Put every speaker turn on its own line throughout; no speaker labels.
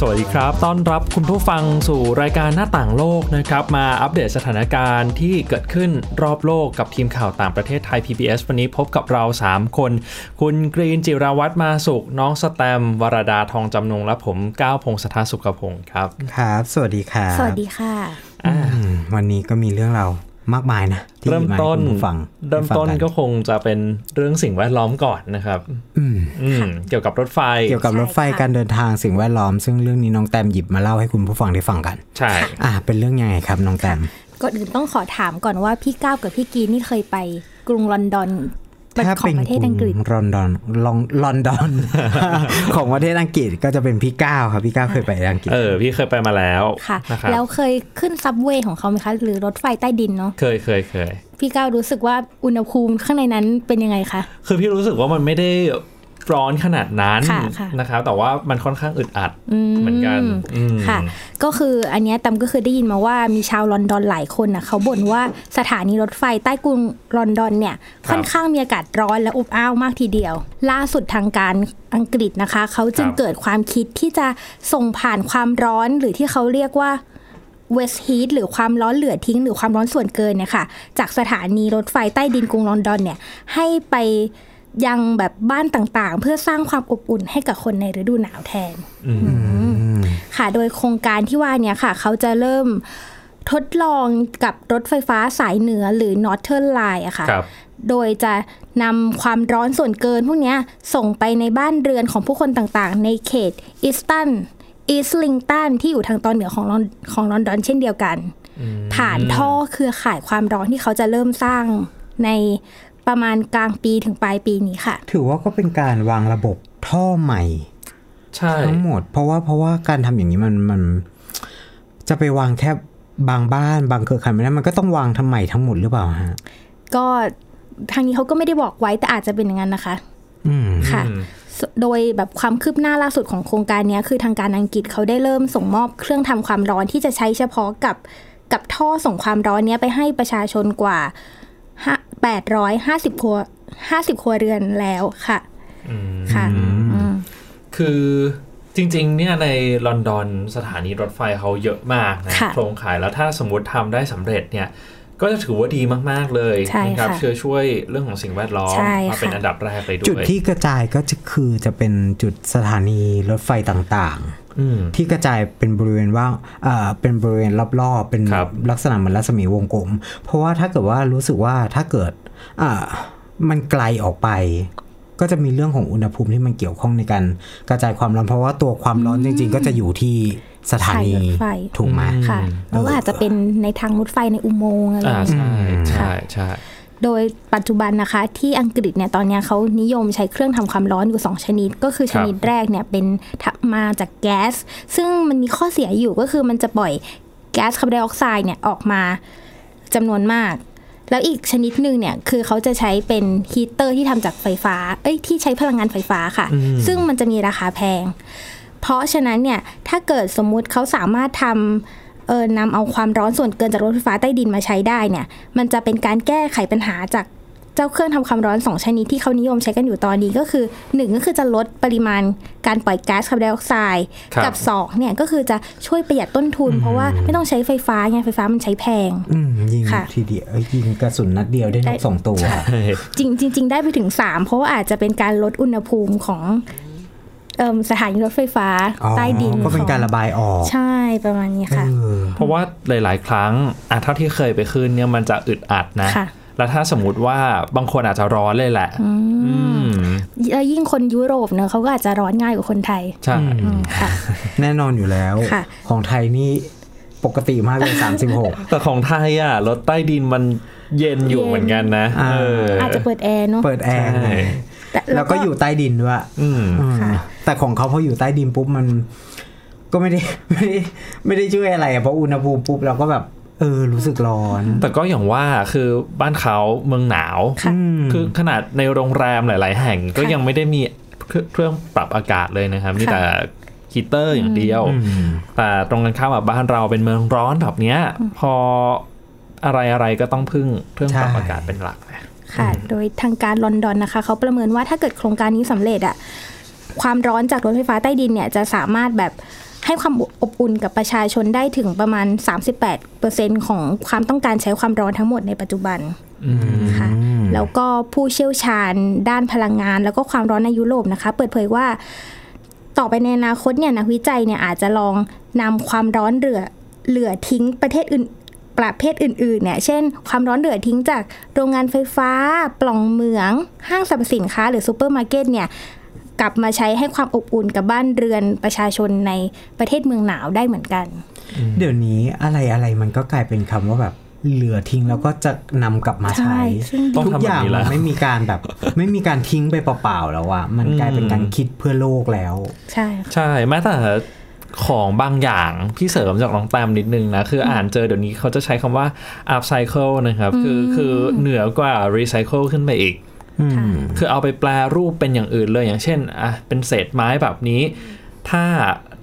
สวัสดีครับ ต้อนรับคุณผู้ฟังสู่รายการหน้าต่างโลกนะครับ มาอัปเดตสถานการณ์ที่เกิดขึ้นรอบโลกกับทีมข่าวต่างประเทศไทย PBS วันนี้พบกับเรา 3 คน คุณกรีนจิราวัตรมาสุข น้องสแตม วรดาทองจำนง และผมก้าวพงศธรสุขพงศ์ครับ
ครับ สวัสดีครับ
สวัสดีค่ะ
อืมวันนี้ก็มีเรื่องเราวมากมายนะที่
เริ่มต้น
มาให้คุณผู้ฟัง
เริ่มต้น
ได้ฟัง
ก็คงจะเป็นเรื่องสิ่งแวดล้อมก่อนนะครับ
อืม
อืมเกี่ยวกับรถไฟ
เกี่ยวกับรถไฟ
ใช่ค่ะ
การเดินทางสิ่งแวดล้อม ซึ่งเรื่องนี้น้องแตมหยิบมาเล่าให้คุณผู้ฟังได้ฟังกัน
ใช่
อ่า เป็นเรื่องยังไงครับน้องแตม
ก่อนอื่นต้องขอถามก่อนว่าพี่ก้าวกับพี่กรีนนี่เคยไปกรุงลอนดอน
ถ้า
ของ
เป็น
ประเทศ
กรุ
อังกฤษ
ลอนดอนลองลอนดอน ของประเทศอังกฤษก็จะเป็นพี่ก้าวครับพี่ก้าวเคยไปอังกฤษ
เออพี่เคยไปมาแล้ว
ค่ะ
นะครับ
แล้วเคยขึ้นซับเวย์ของเขาไหมคะ หรือรถไฟใต้ดินเนาะ
เคยเคยเคย
พี่ก้าวรู้สึกว่าอุณหภูมิข้างในนั้นเป็นยังไงคะ
คือพี่รู้สึกว่ามันไม่ได้ร้อนขนาดนั้น
ค่ะค่ะ
นะครับแต่ว่ามันค่อนข้างอึดอัดเหมือนกันอืม
ค่ะ ก็คืออันเนี้ยตำก็คือได้ยินมาว่ามีชาวลอนดอนหลายคนนะเขาบ่นว่าสถานีรถไฟใต้กรุงลอนดอนเนี่ยค่อนข้างมีอากาศร้อนและอบอ้าวมากทีเดียว ล่าสุดทางการอังกฤษนะคะ เขาจึงเกิดความคิดที่จะส่งผ่านความร้อนหรือที่เขาเรียกว่า West Heat หรือความร้อนเหลือทิ้ง หรือความร้อนส่วนเกินเนี่ยค่ะ จากสถานีรถไฟใต้ดินกรุงลอนดอนเนี่ยให้ไปยังแบบบ้านต่างๆ เพื่อสร้างความอบอุ่นให้กับคนในฤดูหนาวแทน ค่ะ โดยโครงการที่ว่าเนี่ยค่ะ เขาจะเริ่มทดลองกับรถไฟฟ้าสายเหนือหรือ Northern Line อะค่ะ
ครับ
โดยจะนำความร้อนส่วนเกินพวกเนี้ยส่งไปในบ้านเรือนของผู้คนต่างๆ ในเขตอิสตันอิสลิงตันที่อยู่ทางตอนเหนือของลอนของลอนดอนเช่นเดียวกัน ผ่านท่อเครือข่ายความร้อนที่เขาจะเริ่มสร้างในประมาณกลางปีถึงปลายปีนี้ค่ะ
ถือว่าก็เป็นการวางระบบท่อใหม่
ใช่
ทั้งหมดเพราะว่าเพราะว่าการทำอย่างนี้มันมัน จะไปวางแค่บางบ้านบางเครือข่ายไม่ได้มันก็ต้องวางทำใหม่ทั้งหมดหรือเปล่าฮะ
ก็ทางนี้เขาก็ไม่ได้บอกไว้แต่อาจจะเป็นอย่างนั้นนะคะ
อืม
ค่ะ โดยแบบความคืบหน้าล่าสุดของโครงการเนี้ยคือทางการอังกฤษเขาได้เริ่มส่งมอบเครื่องทำความร้อนที่จะใช้เฉพาะกับกับท่อส่งความร้อนเนี้ยไปให้ประชาชนกว่าห้า850ครัว50 ครัวเรือนแล้วค่ะค่ะอืม
คือจริงๆเนี่ยในลอนดอนสถานีรถไฟเขาเยอะมากนะ
ค่ะ
โครงข่ายแล้วถ้าสมมติทำได้สำเร็จเนี่ย ก็จะถือว่าดีมากๆเลย
ใช่
นะครับ
ค่ะ
เชื่อช่วยเรื่องของสิ่งแวดล้อม
ใช่
มาเป็น
ค่ะ
อันดับแรกไปด้วย
จุดที่กระจายก็จะคือจะเป็นจุดสถานีรถไฟต่าง
อืม
ๆ ที่กระจายเป็นบริเวณว่างเอ่อเป็นบริเวณรอบๆ เป็น
ครับ
ลักษณะเหมือนรัศมีวงกลม เพราะว่าถ้าเกิดว่ารู้สึกว่าถ้าเกิดอ่ามันไกลออกไป ก็จะมีเรื่องของอุณหภูมิที่มันเกี่ยวข้องในการกระจายความร้อนเพราะว่าตัวความร้อนจริง ๆ ก็จะอยู่ที่สถานี
สายรถไฟ
ถูกไหม
ค่ะแล้วก็อาจจะเป็นในทางรถไฟในอุโมงค์อะไรอ
อ่า
ย่างเงี้ย
ใช่ใช่ใช่
โดยปัจจุบันนะคะที่อังกฤษเนี่ยตอนเนี้ยเขานิยมใช้เครื่องทำความร้อนอยู่ 2 ชนิด ก็คือชนิดแรกเนี่ยเป็นทำมาจากแก๊ส ซึ่งมันมีข้อเสียอยู่ก็คือมันจะปล่อยแก๊สคาร์บอนไดออกไซด์เนี่ยออกมาจำนวนมาก แล้วอีกชนิดหนึ่งเนี่ยคือเขาจะใช้เป็นฮีตเตอร์ที่ทำจากไฟฟ้า เอ้ยที่ใช้พลังงานไฟฟ้าค่ะ ซึ่งมันจะมีราคาแพง เพราะฉะนั้นเนี่ยถ้าเกิดสมมุติเขาสามารถทำ เออนำเอาความร้อนส่วนเกินจากรถไฟฟ้าใต้ดินมาใช้ได้เนี่ย มันจะเป็นการแก้ไขปัญหาจากเจ้าเครื่องทำความร้อนสองชนิดที่เขานิยมใช้กันอยู่ตอนนี้ก็คือหนึ่งก็คือจะลดปริมาณการปล่อยก๊าซคาร์บอนไดออกไซด์
ครับ
กับสองเนี่ยก็คือจะช่วยประหยัดต้นทุน เพราะว่าไม่ต้องใช้ไฟฟ้าไงไฟฟ้ามันใช้แพง
อืมยิง
ค่ะ
ทีเดียวเอ้ยยิงกระสุนนัดเดียวได้น
ได้
กสองตัว
จริงจริง ๆ ได้ไปถึง 3 เพราะว่าอาจจะเป็นการลดอุณหภูมิของเอิ่มสถานีรถไฟฟ้า
อ๋อ
ใต้ดิน
ก็เป็นการระบายออก
ใช่ประมาณนี้ค่ะ
เออ
เพราะว่าหลาย ๆ ครั้งอ่ะเท่าที่เคยไปขึ้นเนี่ยมันจะอึดอัดนะ
ค่ะ
แล้วถ้าสมมติว่าบางคนอาจจะร้อนเลยแหละ อืม
แล้วยิ่งคนยุโรปเนอะเขาก็อาจจะร้อนง่ายกว่าคนไทย
ใช่
อืมค่ะ
แน่นอนอยู่แล้ว
ค่ะ
ของไทยนี่ปกติมากเลย
แต่ของไทยอ่ะรถใต้ดินมันเย็นอยู่เหมือนกันนะ
อ่า
เอออ
อาจจะเปิดแอร์เนาะ
36 เปิดแอร์
ใช่
ต่
แล้วก็อยู่ใต้ดินด้วย
อืม
อืม
ค่ะ
แต่ของเขาพออยู่ใต้ดินปุ๊บมัน ก็ไม่ได้ ไม่ได้ไม่ได้ช่วยอะไรอะเพราะอุณหภูมิปุ๊บเราก็แบบ เออ รู้สึกร้อน
แต่ก็อย่างว่าคือบ้านเขาเมืองหนาว
ค่ะ
อืม
คือขนาดในโรงแรมหลาย ๆ แห่งก็ยังไม่ได้มีเครื่องปรับอากาศเลยนะครับ มี
ค่ะ
แต่ ฮีเตอร์อย่างเดียว แต่ตรงกันข้ามกับบ้านเราเป็นเมืองร้อนแบบเนี้ย พออะไรอะไรก็ต้องพึ่งเครื่องปรับ
ใช่
อากาศเป็นหลักนะ
ค่ะ โดยทางการลอนดอนนะคะ เขาประเมินว่าถ้าเกิดโครงการนี้สำเร็จอะความร้อนจากรถไฟฟ้าใต้ดินเนี่ยจะสามารถแบบให้ความอบอุ่นกับประชาชนได้ถึงประมาณ 38%ของความต้องการใช้ความร้อนทั้งหมดในปัจจุบันค่ะแล้วก็ผู้เชี่ยวชาญด้านพลังงาน แล้วก็ความร้อนในยุโรปนะคะ เปิดเผยว่า ต่อไปในอนาคตเนี่ยนักวิจัยเนี่ยอาจจะลองนำความร้อนเหลือเหลือทิ้งประเทศอื่นประเภทอื่นๆเนี่ยเช่น ความร้อนเหลือทิ้งจากโรงงานไฟฟ้า ปล่องเหมือง ห้างสรรพสินค้า หรือซูเปอร์มาร์เก็ตเนี่ยกลับมาใช้ให้ความอบอุ่นกับบ้านเรือนประชาชนในประเทศเมืองหนาวได้เหมือนกัน
เดี๋ยวนี้อะไรอะไรมันก็กลายเป็นคำว่าแบบเหลือทิ้งแล้วก็จะนำกลับมาใช้
ใช่ซึ่ง
ต้อง
ทุก
ทำแบบนี้
อย่าง
แล้
มั
ว
นไม่มีการแบบ ไม่มีการทิ้งไปเปล่าๆแล้วอะมันกลายเป็นการคิดเพื่อโลกแล้ว
ใช่
ใช่แม้แต่ของบางอย่างพี่เสริมจากน้องแตมนิดนึงนะ คืออ่านเจอเดี๋ยวนี้เขาจะใช้คำว่า upcycle นะครับ คือคือเหนือกว่า recycle ขึ้นไปอีก
ค่ะ
คือเอาไปแปลรูปเป็นอย่างอื่นเลยอย่างเช่นอ่ะเป็นเศษไม้แบบนี้ ถ้า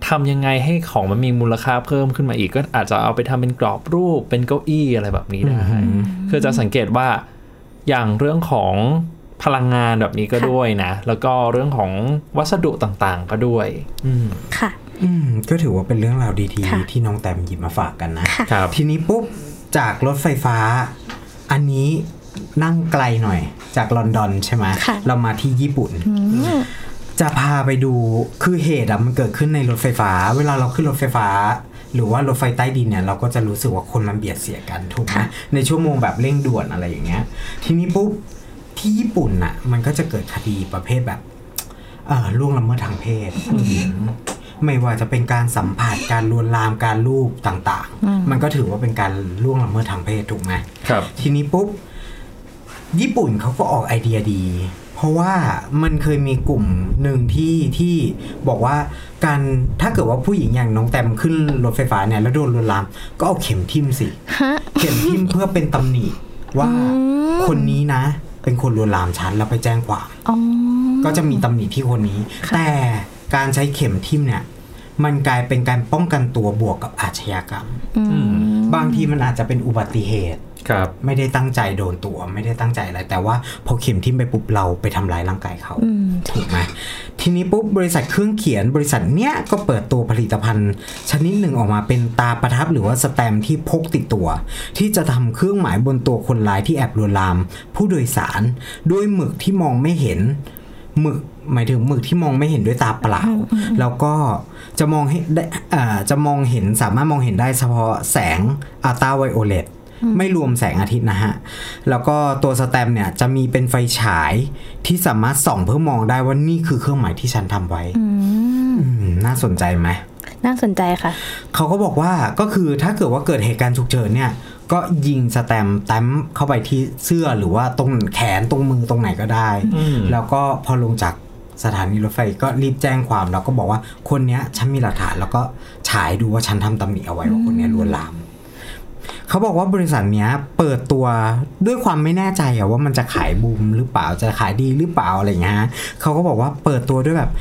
ทำยังไงให้ของมันมีมูลค่าเพิ่มขึ้นมาอีก ก็อาจจะเอาไปทำเป็นกรอบรูปเป็นเก้าอี้อะไรแบบนี้ได้คือจะสังเกตว่าอย่างเรื่องของพลังงานแบบนี้ก็
ค่ะ
ด้วยนะ แล้วก็เรื่องของวัสดุต่างๆ ก็ด้วย อืม
ค่ะ
อืมก็ถือว่าเป็นเรื่องราวดี
ค่ะ
ๆ ที่น้องแตมหยิบมาฝากกันนะ
ครับ
ทีนี้ปุ๊บจากรถไฟฟ้า อันนี้นั่งไกลหน่อย จากลอนดอนใช่ไหม
ค่ะ
เรามาที่ญี่ปุ่น จะพาไปดูคือเหตุอะมันเกิดขึ้นในรถไฟฟ้า เวลาเราขึ้นรถไฟฟ้า หรือว่ารถไฟใต้ดินเนี่ยเราก็จะรู้สึกว่าคนมันเบียดเสียกันถูกไหมในชั่วโมงแบบเร่งด่วนอะไรอย่างเงี้ย ทีนี้ปุ๊บที่ญี่ปุ่นน่ะ มันก็จะเกิดคดีประเภทแบบ เอ่อล่วงละเมิดทางเพศผู้หญิงไม่ว่าจะเป็นการสัมผัสการลวนลามการรูปต่างๆ มันก็ถือว่าเป็นการล่วงละเมิดทางเพศถูกไหม
ครับ
ทีนี้ปุ๊บ ญี่ปุ่นเขาก็ออกไอเดียดี เพราะว่ามันเคยมีกลุ่มหนึ่งที่ที่บอกว่าการถ้าเกิดว่าผู้หญิงอย่างน้องแตมขึ้นรถไฟฟ้าเนี่ยแล้วโดนลวนลาม ก็เอาเข็มทิ่มสิ
ฮะ
เข็มทิ่มเพื่อเป็นตำหนิว่า
อืม
คนนี้นะ เป็นคนลวนลามฉันแล้วไปแจ้งความ
อ๋อ
ก็จะมีตำหนิที่คนนี้
ค่ะ
แต่การใช้เข็มทิ่มเนี่ย มันกลายเป็นการป้องกันตัวบวกกับอาชญากรรม
อืม
บางทีมันอาจจะเป็นอุบัติเหตุ
ครับ
ไม่ได้ตั้งใจโดนตัว ไม่ได้ตั้งใจอะไร แต่ว่าพอเข็มทิ่มไปปุ๊บเราไปทำร้ายร่างกายเขา
อืม
ถูกไหมทีนี้ปุ๊บบริษัทเครื่องเขียนบริษัทเนี้ยก็เปิดตัวผลิตภัณฑ์ ชนิดหนึ่งออกมาเป็นตาประทับหรือว่าสแตมป์ที่พกติดตัว ที่จะทำเครื่องหมายบนตัวคนร้ายที่แอบลวนลาม ผู้โดยสารด้วยหมึกที่มองไม่เห็นหมึกหมายถึงหมึกที่มองไม่เห็นด้วยตาเปล่า แล้วก็จะมองให้ได้อ่าจะมองเห็นสามารถมองเห็นได้เฉพาะแสงอัลตราไวโอเลต ไม่รวมแสงอาทิตย์นะฮะ แล้วก็ตัวสแตมป์เนี่ยจะมีเป็นไฟฉายที่สามารถส่องเพื่อมองได้ว่านี่คือเครื่องหมายที่ฉันทำไว้
อืม
อืม น่าสนใจไหม
น่าสนใจค่ะ
เขาก็บอกว่าก็คือถ้าเกิดว่าเกิดเหตุการณ์ฉุกเฉินเนี่ย ก็ยิงสแตมป์แต้มเข้าไปที่เสื้อหรือว่าตรงแขนตรงมือตรงไหนก็ได้
อืม
แล้วก็พอลงจากสถานีรถไฟก็รีบแจ้งความ แล้วก็บอกว่าคนเนี้ยฉันมีหลักฐานแล้วก็ฉายดูว่าฉันทำตำหนิเอาไว้ว่าคนเนี้ยลวนลาม เขาบอกว่าบริษัทเนี้ยเปิดตัวด้วยความไม่แน่ใจอะว่ามันจะขายบูมหรือเปล่าจะขายดีหรือเปล่าอะไรอย่างเงี้ยฮะเขาก็บอกว่าเปิดตัวด้วยแบบ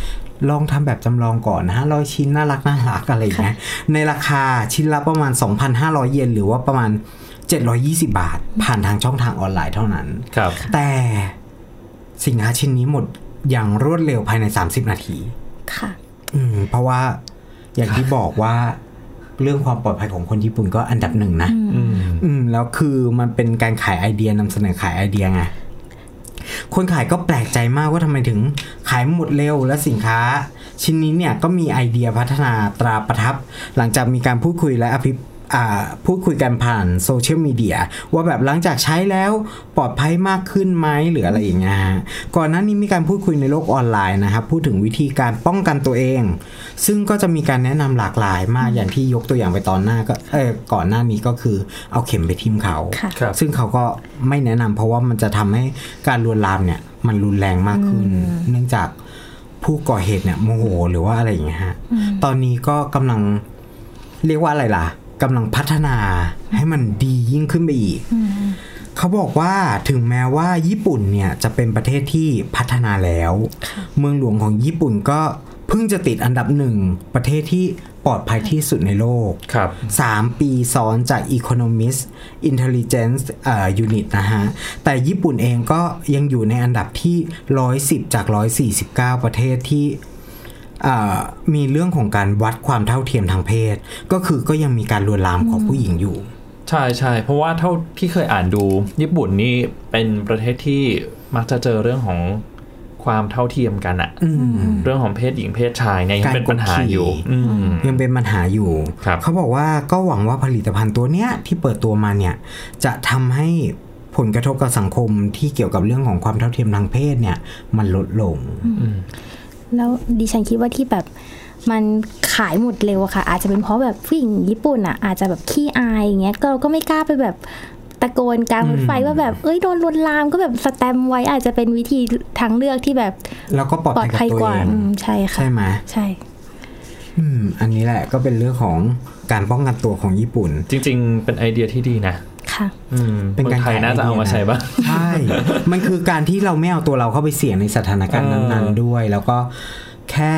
ลองทำแบบจำลองก่อนนะฮะร้อยชิ้นน่ารักน่ารักอะไรอย่างเงี้ยในราคาชิ้นละประมาณ 2,500 เยนหรือว่าประมาณ 720 บาท ผ่านทางช่องทางออนไลน์เท่านั้น
ครับ
แต่สินค้าชิ้นนี้หมดอย่างรวดเร็วภายใน 30 นาที
ค่ะ
อืม เพราะว่าอย่างที่บอกว่าเรื่องความปลอดภัยของคนญี่ปุ่นก็อันดับหนึ่งนะ
อืม
อืม แล้วคือมันเป็นการขายไอเดียนำเสนอขายไอเดียไง คนขายก็แปลกใจมากว่าทำไมถึงขายหมดเร็วและสินค้า ชิ้นนี้เนี่ยก็มีไอเดียพัฒนาตราประทับ หลังจากมีการพูดคุยและอภิอ่าพูดคุยกันผ่านโซเชียลมีเดียว่าแบบหลังจากใช้แล้วปลอดภัยมากขึ้นไหมหรืออะไรอย่างเงี้ยฮะก่อนหน้านี้มีการพูดคุยในโลกออนไลน์นะครับพูดถึงวิธีการป้องกันตัวเอง ซึ่งก็จะมีการแนะนำหลากหลายมากอย่างที่ยกตัวอย่างไปตอนหน้าก็เออก่อนหน้านี้ก็คือเอาเข็มไปทิ่มเขา
ค่ะ
ครับ
ซึ่งเขาก็ไม่แนะนำเพราะว่ามันจะทำให้การลวนลามเนี่ย มันรุนแรงมากขึ้น เนื่องจากผู้ก่อเหตุเนี่ยโมโหหรือว่าอะไรอย่างเงี้ยฮะตอนนี้ก็กำลังเรียกว่าอะไรล่ะกำลังพัฒนาให้มันดียิ่งขึ้นไปอีก เขาบอกว่าถึงแม้ว่าญี่ปุ่นเนี่ยจะเป็นประเทศที่พัฒนาแล้ว เมืองหลวงของญี่ปุ่นก็เ พิ่งจะติดอันดับหนึ่งประเทศที่ปลอดภัยที่สุดในโลก
ครับ
3 ปีซ้อนจาก Economist Intelligence เอ่อ Unit นะฮะ แต่ญี่ปุ่นเองก็ยังอยู่ในอันดับที่ 110 จาก 149 ประเทศที่เอ่อมีเรื่องของการวัดความเท่าเทียมทางเพศ ก็คือก็ยังมีการลวนลามของผู้หญิงอยู่
ใช่ใช่เพราะว่าเท่าที่เคยอ่านดู ญี่ปุ่นนี่เป็นประเทศที่มักจะเจอเรื่องของความเท่าเทียมกันอะเรื่องของเพศหญิงเพศชายเนี่ยยังเป็นปัญหาอยู่ อืม
ยังเป็นปัญหาอยู่
ครับ
เขาบอกว่าก็หวังว่าผลิตภัณฑ์ตัวเนี้ยที่เปิดตัวมาเนี่ย จะทำให้ผลกระทบกับสังคมที่เกี่ยวกับเรื่องของความเท่าเทียมทางเพศเนี่ย มันลดลง
แล้วดิฉันคิดว่าที่แบบมันขายหมดเร็วอะค่ะ อาจจะเป็นเพราะแบบผู้หญิงญี่ปุ่นอะอาจจะแบบขี้อายอย่างเงี้ยก็เราก็ไม่กล้าไปแบบตะโกนกลางรถไฟว่าแบบเอ้ยโดนลวนลามก็แบบสแตมป์ไว้อาจจะเป็นวิธีทางเลือกที่แบบ
แล้วก็ปลอด
ปลอด
ภั
ภั
ย
ย
กับ
ก
ตัว
ว่า
เอง
อืมใช่ค่ะ
ใช่ไหม
ใช่
อืม อันนี้แหละก็เป็นเรื่องของการป้องกันตัวของญี่ปุ่น
จริง ๆ เป็นไอเดียที่ดีนะ
ค่ะ
อืม
เป็น
เมื
กา
อ
รง
ไทยน่าจะเอามาใช้บ้าง
ใช่ มันคือการที่เราไม่เอาตัวเราเข้าไปเสี่ยงในสถานการณ์
เออ
นั้นๆด้วย แล้วก็แค่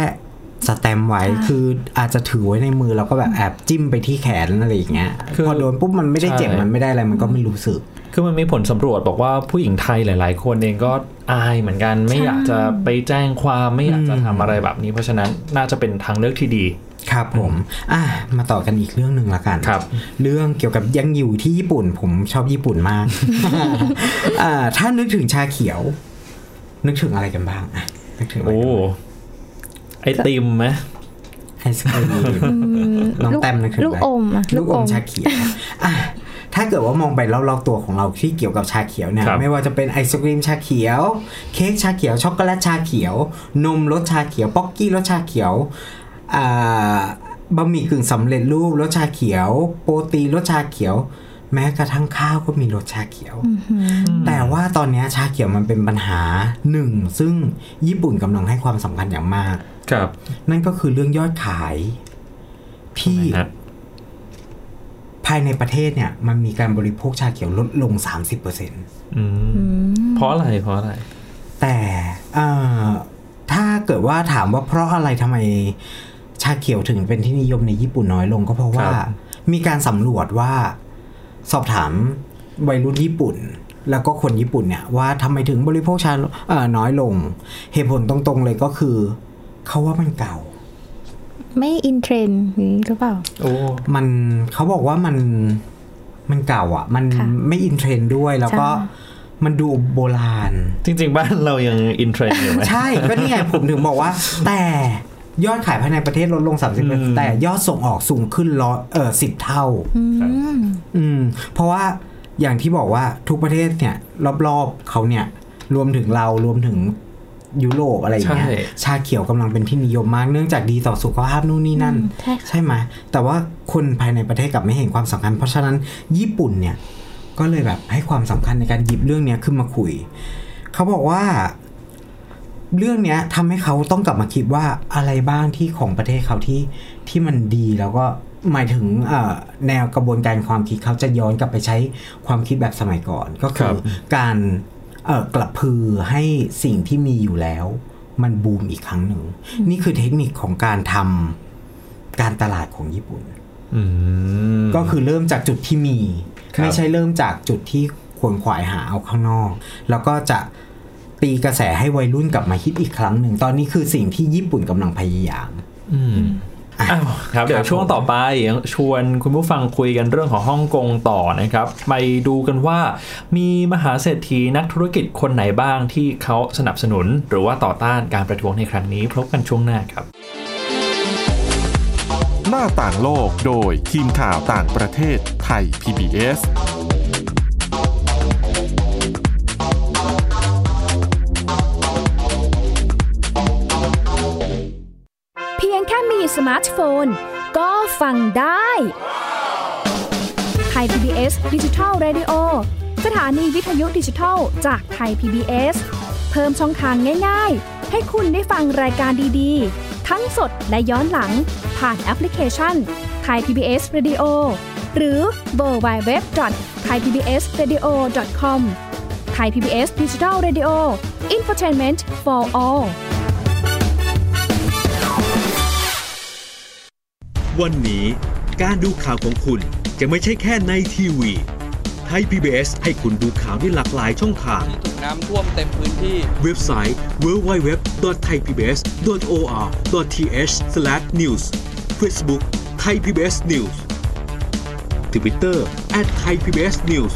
สแตมป์ไว้
ค่ะ
คืออาจจะถือไว้ในมือแล้วก็แบบแอบจิ้มไปที่แขนอะไรอย่างเงี้ยพอโดนปุ๊บมันไม่ได้เจ็บมันไม่ได้อะไรมันก็ไม่รู้สึก
คือมันมีผลสำรวจบอกว่าผู้หญิงไทยหลาย ๆ คนเองก็อายเหมือนกัน ไม่อยากจะไปแจ้งความไม่อยากจะทำอะไรแบบนี้ เพราะฉะนั้นน่าจะเป็นทางเลือกที่ดี
ครับผม อ่ะ มาต่อกันอีกเรื่องหนึ่งละกัน
ครับ
เรื่องเกี่ยวกับยังอยู่ที่ญี่ปุ่น ผมชอบญี่ปุ่น มาก อ่า ถ้านึกถึงชาเขียว นึกถึงอะไรกันบ้างอ่ะนึกถึงอะไร
โอ้ไอติมไหม
ไอศครีมน้องแต้มนึกถึง
ลูก
อะไร
อมอะ
ลูกอมชาเขียวอ่ะถ้าเกิดว่ามองไปรอบๆตัวของเราที่เกี่ยวกับชาเขียวเนี่ย
ครับ
ไม่ว่าจะเป็นไอศครีมชาเขียว เค้กชาเขียว ช็อกโกแลตชาเขียว นมรสชาเขียว ป๊อกกี้รสชาเขียว อ่าบะหมี่กึ่งสำเร็จรูปรสชาเขียว โปรตีนรสชาเขียว แม้กระทั่งข้าวก็มีรสชาเขียว แต่ว่าตอนเนี้ยชาเขียวมันเป็นปัญหาหนึ่ง ซึ่งญี่ปุ่นกำลังให้ความสำคัญอย่างมาก
ครับ
นั่นก็คือเรื่องยอดขายที่ภายในประเทศเนี่ย มันมีการบริโภคชาเขียวลดลง 30%
อืมเพราะอะไรเพราะอะไร
แต่เอ่อถ้าเกิดว่าถามว่าเพราะอะไรทำไมชาเขียวถึงเป็นที่นิยมในญี่ปุ่นน้อยลงก็เพราะ
ค
ว่า
รับ
มีการสำรวจว่าสอบถามวัยรุ่นญี่ปุ่น แล้วก็คนญี่ปุ่นเนี่ยว่าทำไมถึงบริโภคชาเอ่อน้อยลง เหตุผลตรงๆเลยก็คือเขาว่ามันเก่า
ไม่อินเทรนด์อย่างนี้หรือเปล่า
โอ้
มันเขาบอกว่ามันมันเก่าอ่ะ มัน
ค่ะ
ไม่อินเทรนด์ด้วยแล้วก็
ใช่
มันดูโบราณ
จริง ๆ บ้านเรายังอินเทรนด์อยู่ไหม
ใช่ก็นี่ไงผมถึงบอกว่า แต่ยอดขายภายในประเทศลดลง
อืม
30%แต่ยอดส่งออกสูงขึ้นร้อยเออสิบเท่า
อืม
อืม เพราะว่าอย่างที่บอกว่าทุกประเทศเนี่ย รอบๆเขาเนี่ย รวมถึงเรารวมถึงยุโรปอะไรอย่างเงี้ย
ใช่
ชาเขียวกำลังเป็นที่นิยมมากเนื่องจากดีต่อสุขภาพนู่นนี่นั่น
อืมใช่ค่ะ
ใช่ไหมแต่ว่าคนภายในประเทศกลับไม่เห็นความสำคัญ เพราะฉะนั้นญี่ปุ่นเนี่ย ก็เลยแบบให้ความสำคัญในการหยิบเรื่องเนี้ยขึ้นมาคุย เขาบอกว่า เรื่องเนี้ยทำให้เขาต้องกลับมาคิดว่าอะไรบ้างที่ของประเทศเขาที่ที่มันดีแล้วก็หมายถึงเอ่อแนวกระบวนการความคิดเขาจะย้อนกลับไปใช้ความคิดแบบสมัยก่อน ก็
ค
คื
รั
อบ การเอ่อกลับพือให้สิ่งที่มีอยู่แล้ว มันบูมอีกครั้งหนึ่ง นี่คือเทคนิคของการทำการตลาดของญี่ปุ่น
อืม
ก็คือเริ่มจากจุดที่มี
ครับ
ไม่ใช่เริ่มจากจุดที่ขวนขวายหาเอาข้างนอก แล้วก็จะตีกระแสให้วัยรุ่นกลับมาฮิตอีกครั้งหนึ่ง ตอนนี้คือสิ่งที่ญี่ปุ่นกำลังพยายาม
มอ้าวครับเดี๋ยวช่วงต่อไปชวนคุณผู้ฟังคุยกันเรื่องของฮ่องกงต่อนะครับ ไปดูกันว่า มีมหาเศรษฐีนักธุรกิจคนไหนบ้างที่เขาสนับสนุน หรือว่าต่อต้านการประท้วงในครั้งนี้พบกันช่วงหน้าครับ
หน้าต่างโลกโดยทีมข่าวต่างประเทศไทย PBS
เพียงแค่มีสมาร์ทโฟน ก็ฟังได้ไทย PBS ดิจิทัล Radio สถานีวิทยุดิจิทัลจากไทย PBS เพิ่มช่องทางง่ายๆ ให้คุณได้ฟังรายการดีๆ ทั้งสดและย้อนหลัง ผ่านแอปพลิเคชันไทย PBS Radio หรือเวอร์ไบเว็บไทยพีบีเอสเรดิโอคอมไทยพีบีเอสดิจิทัลเรดิโออินฟอร์ทนเมนต์ for all
วันนี้การดูข่าวของคุณจะไม่ใช่แค่ในทีวีไทย PBS ให้คุณดูข่าวได้หลากหลายช่องทาง
ที่ถูกน้ำท่วมเต็มพื้นที่
เว็บไซต์ www.thaipbs.or.th/news Facebook Thai PBS News Twitter @thaipbsnews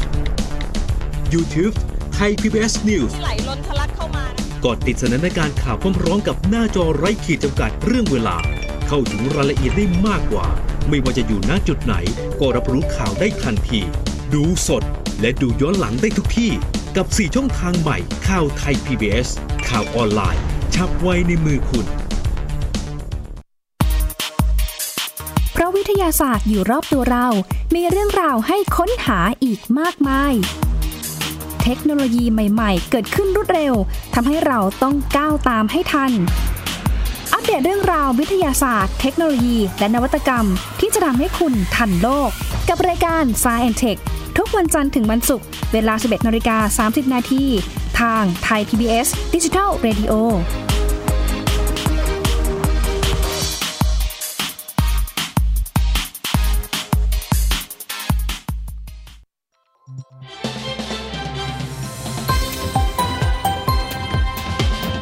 YouTube Thai PBS News
ไหลล้นทะลักเข้ามานะ
ก่อนติดสนันในการข่าวพร้อมร้องกับหน้าจอไร้ขีดจำกัดเรื่องเวลา เข้าถึงรายละเอียดได้มากกว่า ไม่ว่าจะอยู่ณจุดไหน ก็รับรู้ข่าวได้ทันที ดูสดและดูย้อนหลังได้ทุกที่ กับ 4 ช่องทางใหม่ข่าวไทย PBS ข่าวออนไลน์ ชับไว้ในมือคุณ
เพราะวิทยาศาสตร์อยู่รอบตัวเรา มีเรื่องราวให้ค้นหาอีกมากมาย เทคโนโลยีใหม่ๆ เกิดขึ้นรวดเร็ว ทำให้เราต้องก้าวตามให้ทัน อัปเดตเรื่องราววิทยาศาสตร์ เทคโนโลยี และนวัตกรรม ที่จะทำให้คุณทันโลก กับรายการ s c i e n t e c h ทุกวันจันทร์ถึงวันศุกร์ เวลา 11นาฬิกา30 นาทีทางไทย PBS d i g i ดิจิ Radio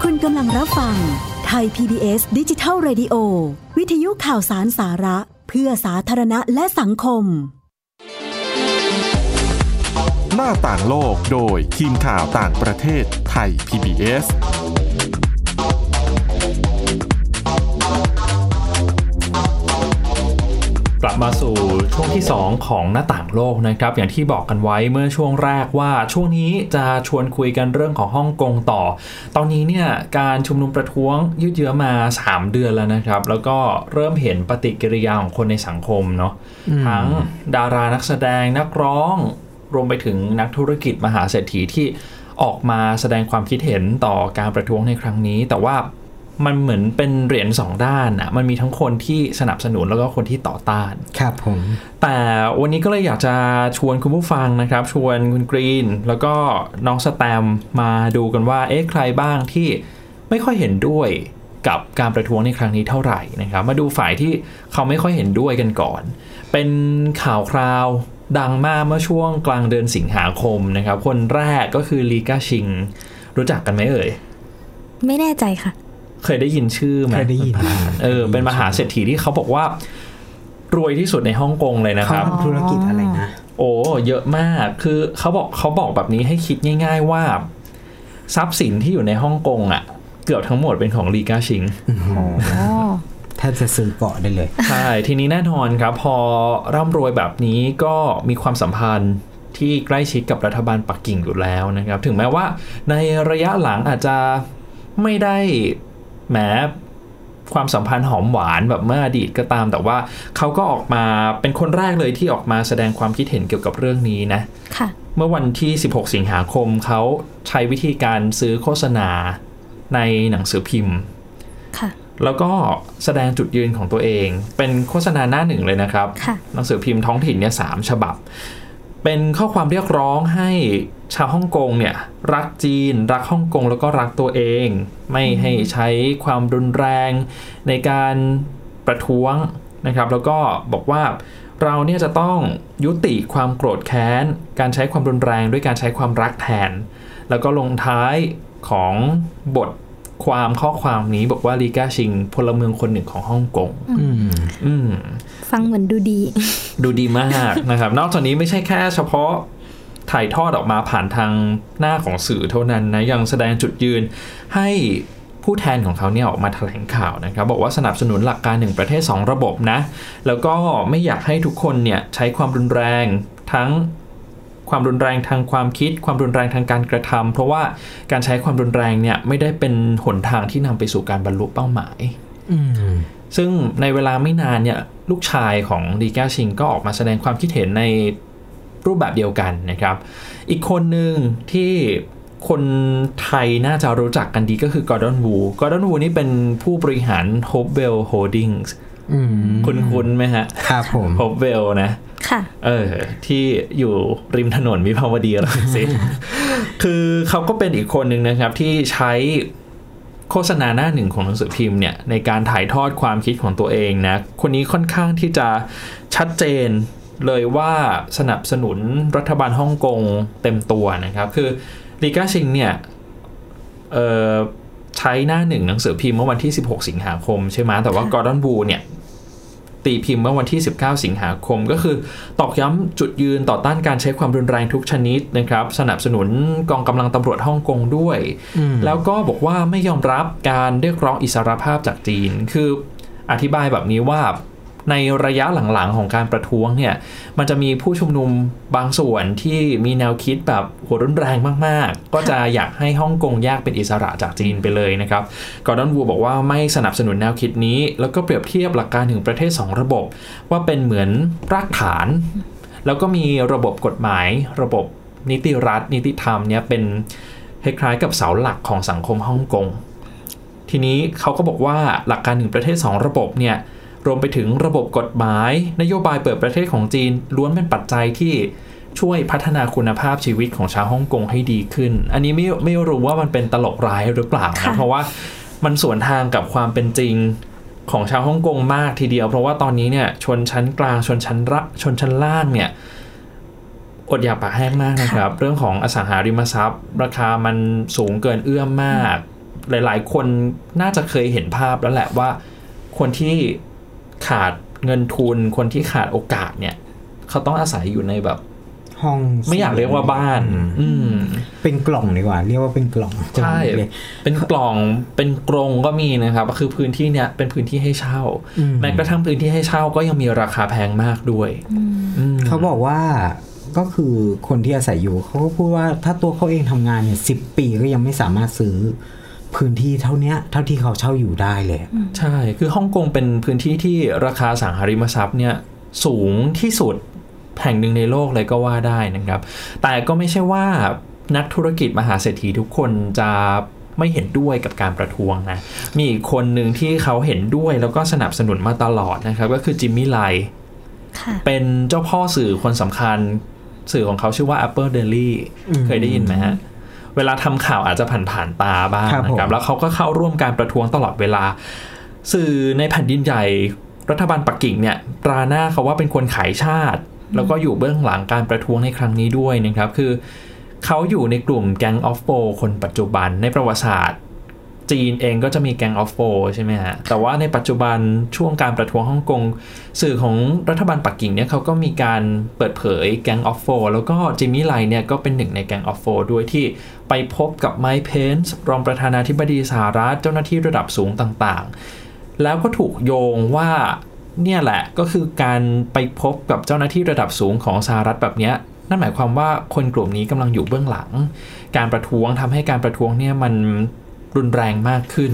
คุณกำลังรับฟังไทย PBS ดิจิทัล Radio วิทยุข่าวสารสาระ เพื่อสาธารณะและสังคม
หน้าต่างโลกโดยทีมข่าวต่างประเทศไทย PBS
กลับมาสู่ช่วงที่ 2 ของหน้าต่างโลกนะครับ อย่างที่บอกกันไว้เมื่อช่วงแรกว่าช่วงนี้จะชวนคุยกันเรื่องของฮ่องกงต่อ ตอนนี้เนี่ยการชุมนุมประท้วงยืดเยื้อมา 3 เดือนแล้วนะครับ แล้วก็เริ่มเห็นปฏิกิริยาของคนในสังคมเนาะทั้งดารานักแสดงนักร้อง รวมไปถึงนักธุรกิจมหาเศรษฐีที่ออกมาแสดงความคิดเห็นต่อการประท้วงในครั้งนี้ แต่ว่า มันเหมือนเป็นเหรียญสองด้านอะมันมีทั้งคนที่สนับสนุนแล้วก็คนที่ต่อต้าน
ครับผม
แต่วันนี้ก็เลยอยากจะชวนคุณผู้ฟังนะครับ ชวนคุณกรีน แล้วก็น้องสแตมมาดูกันว่า เอ๊ะใครบ้างที่ไม่ค่อยเห็นด้วยกับการประท้วงในครั้งนี้เท่าไหร่นะครับ มาดูฝ่ายที่เขาไม่ค่อยเห็นด้วยกันก่อน เป็นข่าวคราวดังมากเมื่อช่วงกลางเดือนสิงหาคมนะครับ คนแรกก็คือลีกาชิง รู้จักกันไหมเอ่ย
ไม่แน่ใจค่ะ
เคยได้ยินชื่อไหม
เคยได้ยิน
เออเป็นมหาเศรษฐีที่เขาบอกว่า รวยที่สุดในฮ่องกงเลยนะค
เขา
รับ
ทำธุรกิจอะไรนะ
โอ้เยอะมากคือเขาบอกเขาบอกแบบนี้ให้คิดง่าย ๆว่า ทรัพย์สินที่อยู่ในฮ่องกงอ่ะ เกือบทั้งหมดเป็นของลีกาชิง
แทบจะซื้อเกาะได้เลย
ใช่ ทีนี้แน่นอนครับ พอร่ำรวยแบบนี้ก็มีความสัมพันธ์ที่ใกล้ชิดกับรัฐบาลปักกิ่งอยู่แล้วนะครับ ถึงแม้ว่าในระยะหลังอาจจะไม่ได้แหมความสัมพันธ์หอมหวานแบบเมื่ออดีตก็ตาม แต่ว่าเขาก็ออกมาเป็นคนแรกเลยที่ออกมาแสดงความคิดเห็นเกี่ยวกับเรื่องนี้นะ
ค่ะ
เมื่อวันที่ 16 สิงหาคมเขาใช้วิธีการซื้อโฆษณาในหนังสือพิมพ์
ค่ะ
แล้วก็แสดงจุดยืนของตัวเอง เป็นโฆษณาหน้าหนึ่งเลยนะครับ
ค่ะ
หนังสือพิมพ์ท้องถิ่นเนี่ยสามฉบับ เป็นข้อความเรียกร้องให้ชาวฮ่องกงเนี่ยรักจีน รักฮ่องกงแล้วก็รักตัวเอง ไม่ให้ใช้ความรุนแรงในการประท้วงนะครับ แล้วก็บอกว่าเราเนี่ยจะต้องยุติความโกรธแค้น การใช้ความรุนแรงด้วยการใช้ความรักแทน แล้วก็ลงท้ายของบทความข้อความนี้บอกว่าลีกาชิง พลเมืองคนหนึ่งของฮ่องกงอืม
ฟังเหมือนดูดี
ดูดีมาก นะครับ นอกจากนี้ไม่ใช่แค่เฉพาะถ่ายทอดออกมาผ่านทางหน้าของสื่อเท่านั้นนะ ยังแสดงจุดยืนให้ผู้แทนของเขาเนี่ยออกมาแถลงข่าวนะครับ บอกว่าสนับสนุนหลักการหนึ่งประเทศ 2 ระบบนะ แล้วก็ไม่อยากให้ทุกคนเนี่ยใช้ความรุนแรงทั้ง ความรุนแรงทางความคิด ความรุนแรงทางการกระทำเพราะว่าการใช้ความรุนแรงเนี่ยไม่ได้เป็นหนทางที่นำไปสู่การบรรลุเป้าหมาย ซึ่งในเวลาไม่นานเนี่ยลูกชายของลีกาชิงก็ออกมาแสดงความคิดเห็นในรูปแบบเดียวกันนะครับ อีกคนหนึ่งที่คนไทยน่าจะรู้จักกันดีก็คือกอร์ดอนวูกอร์ดอนวูนี่เป็นผู้บริหาร Hopewell Holdings
อืม
คุณคุณไหมฮะ
ครับผม
Hopewell นะ
ค่ะ
เออที่อยู่ริมถนนวิภ าวดีรังสิต คือเขาก็เป็นอีกคนหนึ่งนะครับที่ใช้ โฆษณาหน้าหนึ่งของหนังสือพิมพ์เนี่ยในการถ่ายทอดความคิดของตัวเองนะ คนนี้ค่อนข้างที่จะชัดเจนเลยว่าสนับสนุนรัฐบาลฮ่องกงเต็มตัวนะครับ คือลีกาชิงเนี่ยเอ่อใช้หน้าหนึ่งหนังสือพิมพ์เมื่อวันที่ 16 สิงหาคมใช่ไหมแต่ว่ากอร์ดอนบูเนี่ยตีพิมพ์เมื่อวันที่ 19 สิงหาคม ก็คือตอกย้ำจุดยืนต่อต้านการใช้ความรุนแรงทุกชนิดนะครับ สนับสนุนกองกำลังตำรวจฮ่องกงด้วย แล้วก็บอกว่าไม่ยอมรับการเรียกร้องอิสรภาพจากจีน คืออธิบายแบบนี้ว่าในระยะหลังๆของการประท้วงเนี่ย มันจะมีผู้ชุมนุมบางส่วนที่มีแนวคิดแบบหัวรุนแรงมากๆ ก็จะอยากให้ฮ่องกงแยกเป็นอิสระจากจีนไปเลยนะครับ กอร์ดอนวูบอกว่าไม่สนับสนุนแนวคิดนี้ แล้วก็เปรียบเทียบหลักการถึงประเทศ 2 ระบบ ว่าเป็นเหมือนรากฐาน แล้วก็มีระบบกฎหมาย ระบบนิติรัฐ นิติธรรมเนี่ยเป็นคล้ายๆกับเสาหลักของสังคมฮ่องกง ทีนี้เขาก็บอกว่าหลักการหนึ่งประเทศ 2 ระบบเนี่ยรวมไปถึงระบบกฎหมาย นโยบายเปิดประเทศของจีนล้วนเป็นปัจจัยที่ช่วยพัฒนาคุณภาพชีวิตของชาวฮ่องกงให้ดีขึ้น อันนี้ไม่ไม่รู้ว่ามันเป็นตลกร้ายหรือเปล่านะ
ค่ะ
เพราะว่ามันสวนทางกับความเป็นจริงของชาวฮ่องกงมากทีเดียว เพราะว่าตอนนี้เนี่ยชนชั้นกลางชนชั้นละชนชั้นล่างเนี่ย อดอยากปากแห้งมากนะครับ เรื่องของอสังหาริมทรัพย์ ราคามันสูงเกินเอื้อมมาก หลายๆ คนน่าจะเคยเห็นภาพแล้วแหละว่า คนที่ขาดเงินทุน คนที่ขาดโอกาสเนี่ย เขาต้องอาศัยอยู่ในแบบ
ห้อง
ไม่อยากเรียกว่าบ้าน อืม
เป็นกล่องดีกว่า เรียกว่าเป็นกล่อง
ใช่
กล่องเล็ก
เป็นกล่อง เป็นกรงก็มีนะครับ ก็คือพื้นที่เนี่ยเป็นพื้นที่ให้เช่า
อืม
แม้กระทั่งพื้นที่ให้เช่าก็ยังมีราคาแพงมากด้วยอืม
ๆเขาบอกว่าก็คือคนที่อาศัยอยู่เขาก็พูดว่าถ้าตัวเขาเองทำงานเนี่ยสิปีก็ยังไม่สามารถซื้อพื้นที่เท่าเนี้ย เท่าที่เขาเช่าอยู่ได้เลยอะ
ใช่ คือฮ่องกงเป็นพื้นที่ที่ราคาสังหาริมทรัพย์เนี่ยสูงที่สุดแห่งหนึ่งในโลกเลยก็ว่าได้นะครับ แต่ก็ไม่ใช่ว่านักธุรกิจมหาเศรษฐีทุกคนจะไม่เห็นด้วยกับการประท้วงนะ มีอีกคนหนึ่งที่เขาเห็นด้วยแล้วก็สนับสนุนมาตลอดนะครับ ก็คือจิมมี่ไล
ค่ะ
เป็นเจ้าพ่อสื่อคนสำคัญ สื่อของเขาชื่อว่า Apple Daily เคยได้ยินไหมฮะ เวลาทำข่าวอาจจะผ่านผ่านๆตาบ้างนะครับ แล้วเขาก็เข้าร่วมการประท้วงตลอดเวลา สื่อในแผ่นดินใหญ่ รัฐบาลปักกิ่งเนี่ยตราหน้าเขาว่าเป็นคนขายชาติ แล้วก็อยู่เบื้องหลังการประท้วงในครั้งนี้ด้วยนะครับ คือเขาอยู่ในกลุ่มแก๊งออฟโฟคนปัจจุบันในประวัติศาสตร์ จีนเองก็จะมีแกงออฟโฟใช่ไหมฮะ แต่ว่าในปัจจุบันช่วงการประท้วงฮ่องกง สื่อของรัฐบาลปักกิ่งเนี่ยเขาก็มีการเปิดเผยแกงออฟโฟแล้วก็จิมมี่ไลเนี่ยก็เป็นหนึ่งในแกงออฟโฟด้วยที่ไปพบกับไมค์เพนส์รองประธานาธิบดีสหรัฐเจ้าหน้าที่ระดับสูงต่างๆ แล้วก็ถูกโยงว่าเนี่ยแหละก็คือการไปพบกับเจ้าหน้าที่ระดับสูงของสหรัฐแบบเนี้ยนั่นหมายความว่าคนกลุ่มนี้กำลังอยู่เบื้องหลัง การประท้วงทำให้การประท้วงเนี่ยมันรุนแรงมากขึ้น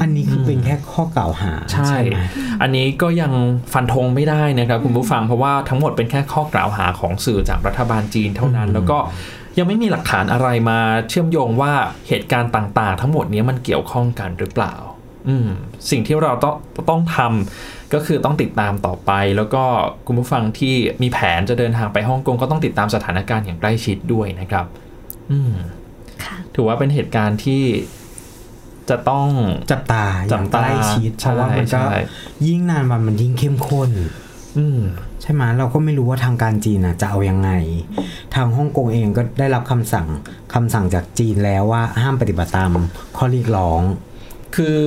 อันนี้คือเป็นแค่ข้อกล่าวหา
ใช่
ไหม
อันนี้ก็ยังฟันธงไม่ได้นะครับคุณผู้ฟังเพราะว่าทั้งหมดเป็นแค่ข้อกล่าวหาของสื่อจากรัฐบาลจีนเท่านั้น แล้วก็ยังไม่มีหลักฐานอะไรมาเชื่อมโยงว่าเหตุการณ์ต่างๆ ทั้งหมดเนี้ยมันเกี่ยวข้องกันหรือเปล่า อืมสิ่งที่เราต้องต้องทำก็คือต้องติดตามต่อไป แล้วก็คุณผู้ฟังที่มีแผนจะเดินทางไปฮ่องกงก็ต้องติดตามสถานการณ์อย่างใกล้ชิดด้วยนะครับ อืม
ค่ะ
ถือว่าเป็นเหตุการณ์ที่จะต้อง
จับตาอย่าง
จับตา
ใกล้ชิดเพ
ใช่
ราะว่ามันก็
ใช่
ยิ่งนานวันมันยิ่งเข้มข้น
อืม
ใช่ไหมเราก็ไม่รู้ว่าทางการจีนน่ะจะเอายังไง ทางฮ่องกงเองก็ได้รับคำสั่งคำสั่งจากจีนแล้วว่าห้ามปฏิบัติตามข้อเรียกร้อง
คือ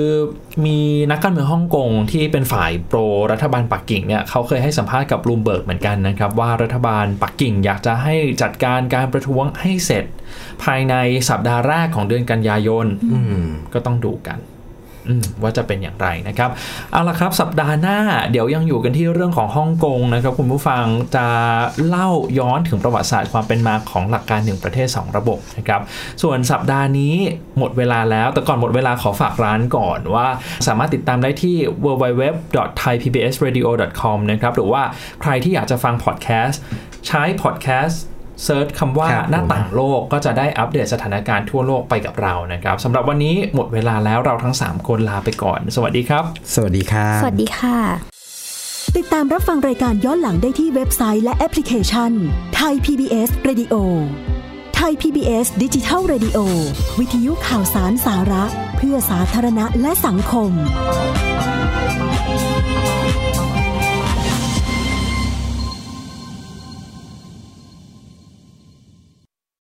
มีนักการเมืองฮ่องกงที่เป็นฝ่ายโปรรัฐบาลปักกิ่งเนี่ยเขาเคยให้สัมภาษณ์กับบลูมเบิร์กเหมือนกันนะครับ ว่ารัฐบาลปักกิ่งอยากจะให้จัดการการประท้วงให้เสร็จ ภายในสัปดาห์แรกของเดือนกันยายน
อืม
ก็ต้องดูกันอืมว่าจะเป็นอย่างไรนะครับ เอาละครับสัปดาห์หน้าเดี๋ยวยังอยู่กันที่เรื่องของฮ่องกงนะครับคุณผู้ฟังจะเล่าย้อนถึงประวัติศาสตร์ความเป็นมาของหลักการหนึ่งประเทศ 2 ระบบนะครับ ส่วนสัปดาห์นี้หมดเวลาแล้ว แต่ก่อนหมดเวลาขอฝากร้านก่อนว่าสามารถติดตามได้ที่ www.thaipbsradio.com นะครับหรือว่าใครที่อยากจะฟังพอดแคสต์ใช้พอดแคสต์เซิร์ชคำว่า
ครับผม
หน้าต่าง โลกก็จะได้อัปเดตสถานการณ์ทั่วโลกไปกับเรานะครับสำหรับวันนี้หมดเวลาแล้วเราทั้ง 3 คนลาไปก่อน สวัสดีครับ
สวัสดีครับ
สวัสดีค่ะ
ติดตามรับฟังรายการย้อนหลังได้ที่เว็บไซต์และแอปพลิเคชันไทย PBS Radio ไท ทย PBS ดิจิทัล Radio วิทยุข่าวสารสาระ เพื่อสาธารณะและสังคม